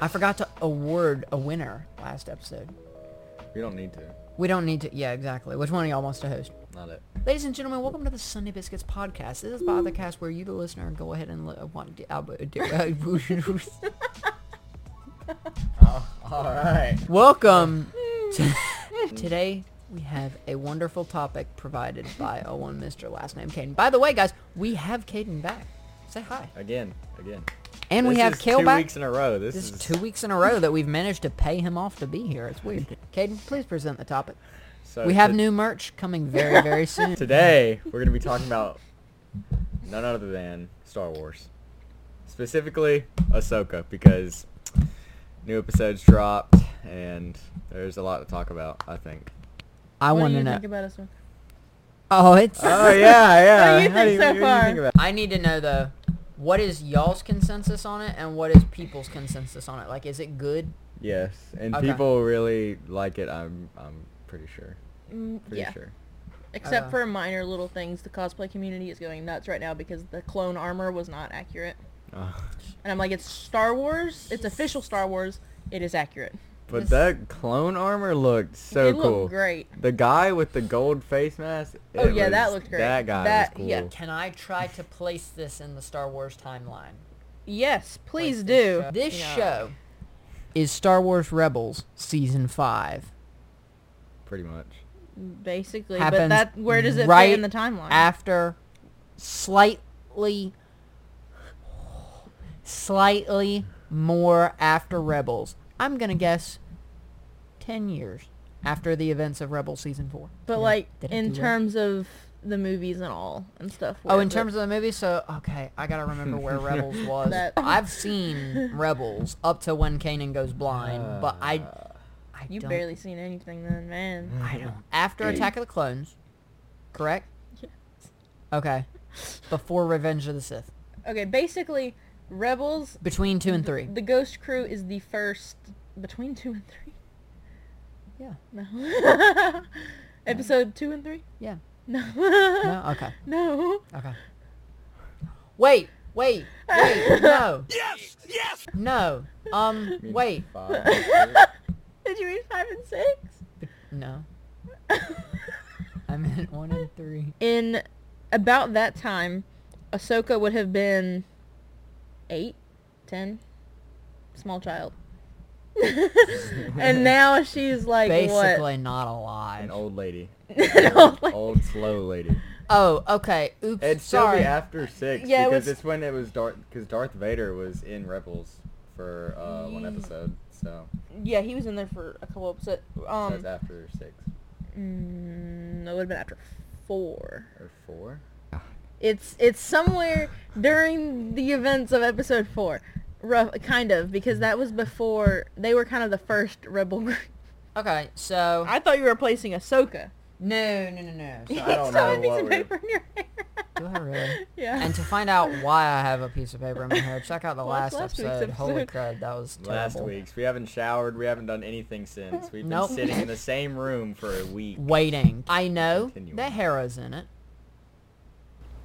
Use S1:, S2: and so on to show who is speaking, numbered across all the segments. S1: I forgot to award a winner last episode.
S2: We don't need to.
S1: We don't need to. Yeah, exactly. Which one of y'all wants to host?
S2: Not it.
S1: Ladies and gentlemen, welcome to the Sunday Biscuits podcast. This is the podcast where you, the listener, go ahead and li- uh, want to- uh, uh,
S2: Oh, All right.
S1: welcome. To- Today we have a wonderful topic provided by a one Mister Last Name Caden. By the way, guys, we have Caden back. Say hi.
S2: Again. Again.
S1: And we
S2: This
S1: have
S2: is
S1: Kale
S2: two
S1: back.
S2: weeks in a row. This,
S1: This
S2: is
S1: is two weeks in a row that we've managed to pay him off to be here. It's weird. Caden, please present the topic.
S2: So
S1: We have
S2: to-
S1: new merch coming very, very soon.
S2: Today we're gonna be talking about none other than Star Wars, specifically Ahsoka, because new episodes dropped and there's a lot to talk about. I think.
S1: I
S3: What
S1: want
S3: do
S1: to
S3: you
S1: know.
S3: think about us? one?
S1: Oh, it's.
S2: Oh yeah, yeah.
S3: you
S2: How
S3: think so
S2: what do you
S3: far?
S2: think about-
S1: I need to know though, what is y'all's consensus on it, and what is people's consensus on it? Like, is it good?
S2: Yes, and
S1: Okay.
S2: people really like it. I'm, I'm pretty sure.
S3: Mm,
S2: Pretty
S3: yeah.
S2: sure.
S3: Except
S1: Uh,
S3: for minor little things, the cosplay community is going nuts right now because the clone armor was not accurate.
S2: Oh.
S3: And I'm like, it's Star Wars. It's official Star Wars. It is accurate.
S2: But
S1: This-
S2: that clone armor looked so
S3: it
S2: cool.
S3: looked great.
S2: The guy with the gold face mask.
S3: Oh,
S2: it
S3: yeah, that
S2: was-
S3: looked great.
S2: That guy
S3: That-
S2: was cool.
S3: yeah.
S1: Can I try to place this in the Star Wars timeline?
S3: Yes, please
S1: Place
S3: do.
S1: This show, this
S3: Yeah.
S1: show is Star Wars Rebels season five.
S2: Pretty much.
S3: Basically,
S1: happens
S3: but that where does it
S1: right
S3: fit in the timeline?
S1: after slightly slightly more after Rebels. I'm going to guess 10 years after the events of Rebels season 4.
S3: but
S1: Did I-
S3: like
S1: did I
S3: in
S1: do well?
S3: terms of the movies and all and stuff.
S1: Oh,
S3: where
S1: in
S3: the-
S1: terms of the movie, so okay, I gotta remember where Rebels was.
S3: That-
S1: I've seen Rebels up to when Kanan goes blind,
S2: Uh,
S1: but I, I
S3: you
S1: don't-
S3: barely seen anything then, man.
S1: I don't. After Attack of the Clones, correct?
S3: Yes.
S1: Okay, before Revenge of the Sith,
S3: Okay, basically, Rebels.
S1: between two and three.
S3: The Ghost Crew is the first between two and three.
S1: Yeah.
S3: No. Episode two and three?
S1: Yeah.
S3: No.
S1: No. Okay.
S3: No.
S1: Okay. Wait. Wait. Wait. No.
S2: Yes. Yes.
S1: No. Um. Wait.
S2: Five,
S3: Did you read five and six?
S1: No. I meant one and three.
S3: In about that time, Ahsoka would have been eight, ten, small child. and now she's like what?
S1: Basically, not alive.
S2: an old lady.
S3: An old lady.
S2: Old slow lady.
S1: Oh, okay. Oops.
S2: It'd still
S1: sorry.
S2: be after six
S3: Yeah, it
S2: because
S3: was-
S2: it's when it was Darth because Darth Vader was in Rebels for uh, one episode, so
S3: Yeah, he was in there for a couple episodes.
S2: that's
S3: Um,
S2: after six
S3: mm, it would have been after four.
S2: or four.
S3: It's it's somewhere during the events of episode four, rough kind of because that was before they were kind of the first rebel group.
S1: okay, so
S3: I thought you were replacing Ahsoka.
S1: no, no, no, no.
S3: You
S1: So-
S2: I don't
S3: still
S2: know
S3: have a piece
S2: what
S3: of
S2: we're-
S3: paper in your hair.
S1: do I really?
S3: Yeah.
S1: And to find out why I have a piece of paper in my hair, check out the last,
S3: Watch last week's
S1: episode. Holy
S3: episode.
S1: crud, that was terrible.
S2: Last week's. We haven't showered. We haven't done anything since. We've been
S1: Nope.
S2: sitting in the same room for a week.
S1: Waiting. I know
S2: Continuing.
S1: that Hera's in it.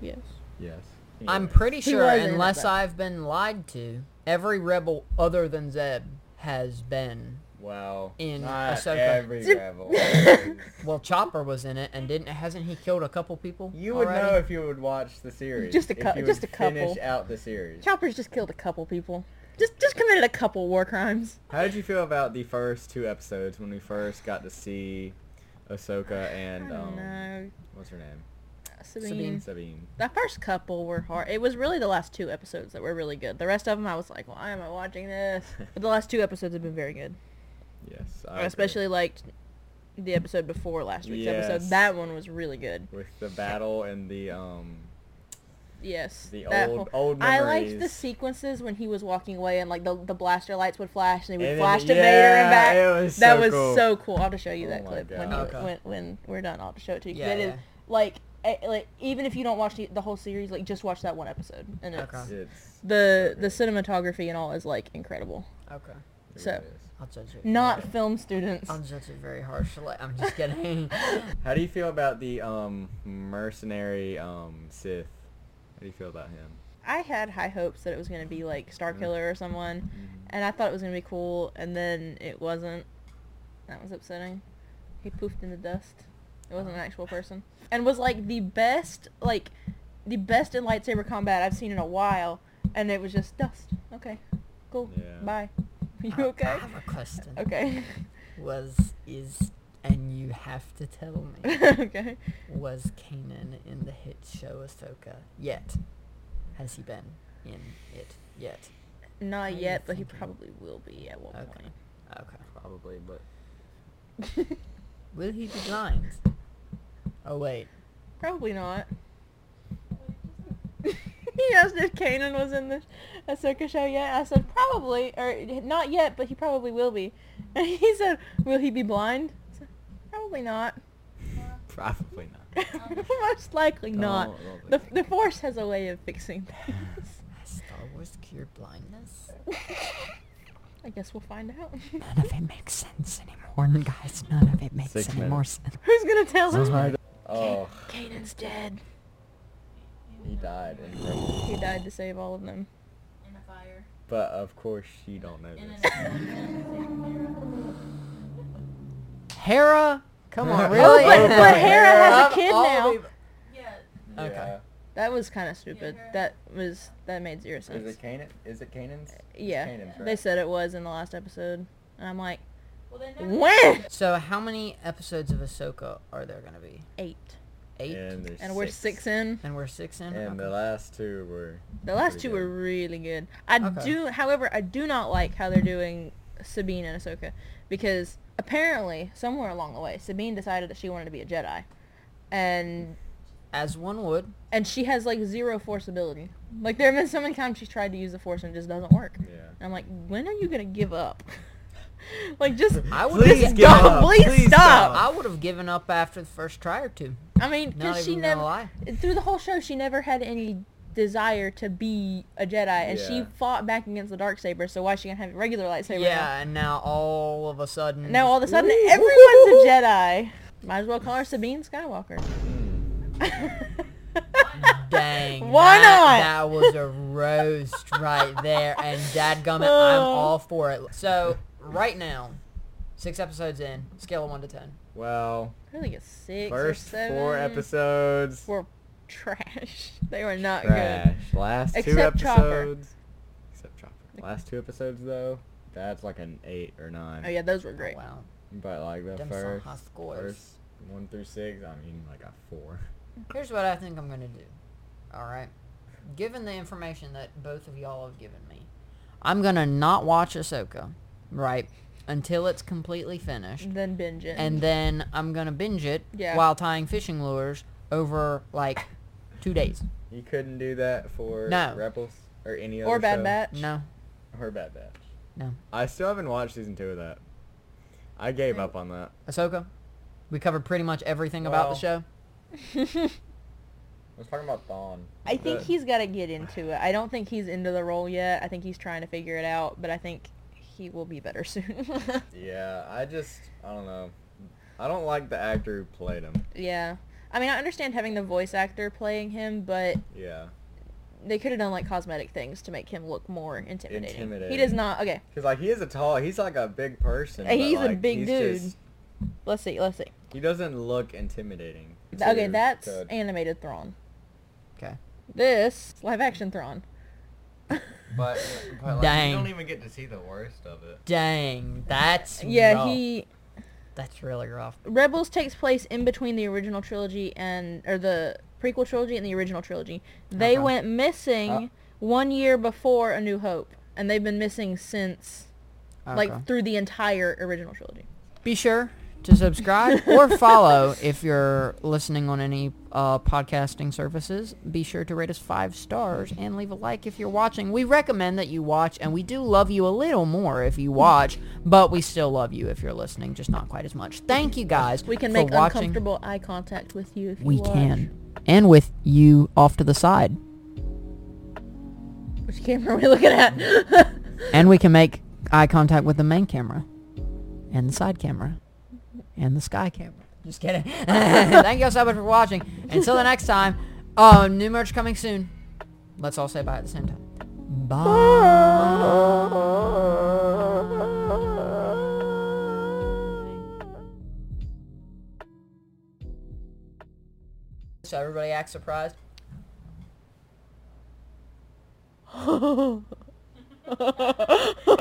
S3: yes.
S2: Yes.
S1: I'm
S2: Anyway.
S1: pretty
S3: He
S1: sure,
S3: was in it,
S1: unless
S3: though.
S1: I've been lied to, every rebel other than Zeb has been.
S2: Wow.
S1: in
S2: Not
S1: Ahsoka.
S2: every
S3: Zip.
S2: rebel.
S1: Well, Chopper was in it, and didn't hasn't he killed a couple people?
S2: You would
S1: already?
S2: know if you would watch the series.
S3: Just a cou-
S2: if you
S3: just
S2: would
S3: a couple.
S2: Finish out the series.
S3: Chopper's just killed a couple people. Just just committed a couple war crimes.
S2: How did you feel about the first two episodes when we first got to see Ahsoka
S3: I
S2: and
S3: don't
S2: um,
S3: know.
S2: what's her name?
S3: Sabine.
S1: Sabine.
S2: Sabine.
S3: The first couple were hard. It was really the last two episodes that were really good. The rest of them, I was like, why am I watching this? But the last two episodes have been very good.
S2: Yes. I
S3: I
S2: agree.
S3: especially liked the episode before last week's
S2: Yes.
S3: episode. That one was really good.
S2: with the battle and the um
S3: Yes.
S2: the
S3: that
S2: old
S3: whole-
S2: old
S3: I
S2: memories.
S3: liked the sequences when he was walking away and like the, the blaster lights would flash and they would
S2: And then-
S3: flash to Vader and back.
S2: yeah, it was
S3: that
S2: so
S3: was
S2: cool.
S3: so cool. I'll have to show you
S2: Oh
S3: that
S2: my
S3: clip when, you,
S2: God.
S1: Okay.
S3: when when we're done. I'll have to show it to you. 'cause
S1: Yeah,
S3: it is,
S1: yeah.
S3: like eh, like even if you don't watch the, the whole series, like just watch that one episode and it's
S1: Okay.
S2: It's
S3: the the cinematography and all is like incredible.
S1: Okay,
S2: it
S3: so-
S2: really is.
S1: I'll judge it.
S3: Not film students.
S1: I'll judge it very harshly. I'm just kidding.
S2: How do you feel about the um mercenary um Sith? How do you feel about him?
S3: I had high hopes that it was going to be like Star Killer or someone, and I thought it was going to be cool, and then it wasn't. That was upsetting. He poofed in the dust. It wasn't an actual person, and was like the best, like the best in lightsaber combat I've seen in a while, and it was just dust. Okay, cool.
S2: Yeah.
S3: Bye. You okay?
S1: I have a question.
S3: Okay.
S1: Was is and you have to tell me
S3: okay.
S1: was Kanan in the hit show Ahsoka yet? Has he been in it yet?
S3: Not
S1: you
S3: yet, but he
S1: thinking?
S3: probably will be at one
S1: Okay.
S3: point.
S1: Okay.
S2: Probably, but
S1: Will he be blind? Oh wait.
S3: Probably not. he asked if Kanan was in the Ahsoka show yet. I said probably, or not yet, but he probably will be. And he said, "Will he be blind?" I said, probably not.
S2: probably not.
S3: Most likely not.
S2: Don't- Oh, don't
S3: The,
S2: think
S3: the Force has a way of fixing things.
S1: Has Star Wars cured blindness?
S3: I guess we'll find out.
S1: None of it makes sense anymore, guys. None of it makes
S2: Six
S1: any more
S2: minutes.
S1: sense.
S3: Who's gonna tell him?
S2: Oh,
S3: Kanan's dead.
S2: he died. in Rebels.
S3: He died to save all of them.
S4: in a fire.
S2: But of course, you don't know
S4: In an
S2: this.
S4: accident.
S1: Hera, come on, really?
S3: Oh, but,
S2: Oh,
S3: but
S2: yeah.
S3: Hera has a kid
S1: All
S3: now.
S1: the-
S4: Yeah.
S1: Okay.
S3: That was kind of stupid.
S4: Hera-
S3: That was that made zero
S2: Yeah. Is
S3: sense.
S2: it Canaan? Is it Canaan's?
S3: Uh, Yeah,
S2: Canaan's,
S3: they
S2: right?
S3: said it was in the last episode, and I'm like,
S4: Well, they never
S3: when?
S1: So how many episodes of Ahsoka are there gonna be?
S3: Eight,
S1: Eight,
S2: And, there's
S3: and we're six in.
S1: and we're six in.
S2: And the
S1: Okay.
S2: last two were.
S3: The last
S2: Pretty
S3: two were
S2: good.
S3: really good. I
S1: Okay.
S3: do, however, I do not like how they're doing Sabine and Ahsoka because apparently somewhere along the way, Sabine decided that she wanted to be a Jedi, and
S1: As one would.
S3: and she has like zero force ability. Like there have been so many times she's tried to use the force and it just doesn't work.
S2: Yeah.
S3: And I'm like, when are you gonna give up? like just
S1: I would
S2: Please
S1: have
S2: give
S3: stop.
S2: up.
S3: Please stop.
S1: I would have given up after the first try or two.
S3: I mean,
S1: Not
S3: because she
S1: even
S3: never
S1: gonna lie.
S3: through the whole show she never had any desire to be a Jedi, and she
S2: Yeah.
S3: fought back against the dark saber. So why is she gonna have a regular lightsaber?
S1: Yeah, and now all of a sudden.
S3: Now? Now all of a sudden
S1: Ooh.
S3: everyone's a Jedi. Might as well call her Sabine Skywalker.
S2: Hmm.
S1: Dang.
S3: Why
S1: that- That
S3: not?
S1: was a roast right there. And dadgummit, I'm
S3: Oh.
S1: all for it. So, right now, six episodes in, scale of one to ten.
S2: Well,
S3: really, a six or
S2: first four
S3: seven
S2: episodes.
S3: were trash. They were not
S2: Trash. Last two
S3: Except Chopper.
S2: episodes. Except Chopper. Last two episodes though, that's like an eight or nine.
S3: good. Oh yeah, those were great.
S1: Oh, wow.
S2: But like the
S1: Them some
S2: first,
S1: high scores.
S2: first one through six, I mean like a four.
S1: Here's what I think I'm going to do. All right. Given the information that both of y'all have given me, I'm going to not watch Ahsoka, right, until it's completely finished.
S3: Then binge it.
S1: And then I'm going to binge it
S3: Yeah.
S1: while tying fishing lures over, like, two days.
S2: You couldn't do that for
S1: No.
S2: Rebels or any other
S3: or Bad
S2: show?
S3: Batch.
S1: No.
S2: Or Bad Batch.
S1: No.
S2: I still haven't watched season two of that. I gave up on that.
S1: Ahsoka. We covered pretty much everything about the
S2: Well,
S1: show.
S2: I was talking about Thawne.
S3: I think
S2: The-
S3: he's got to get into it. I don't think he's into the role yet. I think he's trying to figure it out, but I think he will be better soon.
S2: Yeah, I just I don't know. I don't like the actor who played him.
S3: yeah. I mean, I understand having the voice actor playing him, but
S2: Yeah,
S3: they could have done like cosmetic things to make him look more intimidating. He does
S2: Intimidating.
S3: not. Okay,
S2: because like he is a tall. He's like a big person. but,
S3: He's a
S2: like,
S3: big
S2: he's
S3: dude.
S2: just-
S3: let's see, let's see.
S2: he doesn't look intimidating.
S3: okay,
S2: to-
S3: that's
S2: to-
S3: animated Thrawn.
S1: Okay.
S3: This is live action Thrawn.
S2: But, but like,
S1: Dang.
S2: you don't even get to see the worst of it.
S1: Dang, that's
S3: Yeah,
S1: rough.
S3: he
S1: That's really rough.
S3: Rebels takes place in between the original trilogy and or the prequel trilogy and the original trilogy. They
S1: Okay.
S3: went missing
S2: Uh.
S3: one year before A New Hope, and they've been missing since
S1: Okay.
S3: like through the entire original trilogy.
S1: be sure to subscribe or follow if you're listening on any uh, podcasting services. Be sure to rate us five stars and leave a like if you're watching. We recommend that you watch, and we do love you a little more if you watch, but we still love you if you're listening, just not quite as much. Thank you guys.
S3: We can
S1: for
S3: make
S1: watching.
S3: uncomfortable eye contact with you if you
S1: We
S3: watch.
S1: can, and with you off to the side,
S3: Which camera are we looking at?
S1: and we can make eye contact with the main camera, and the side camera, and the sky camera. Just kidding. oh, Thank you all so much for watching. Until the next time, uh, new merch coming soon. Let's all say bye at the same time. Bye. So everybody acts surprised.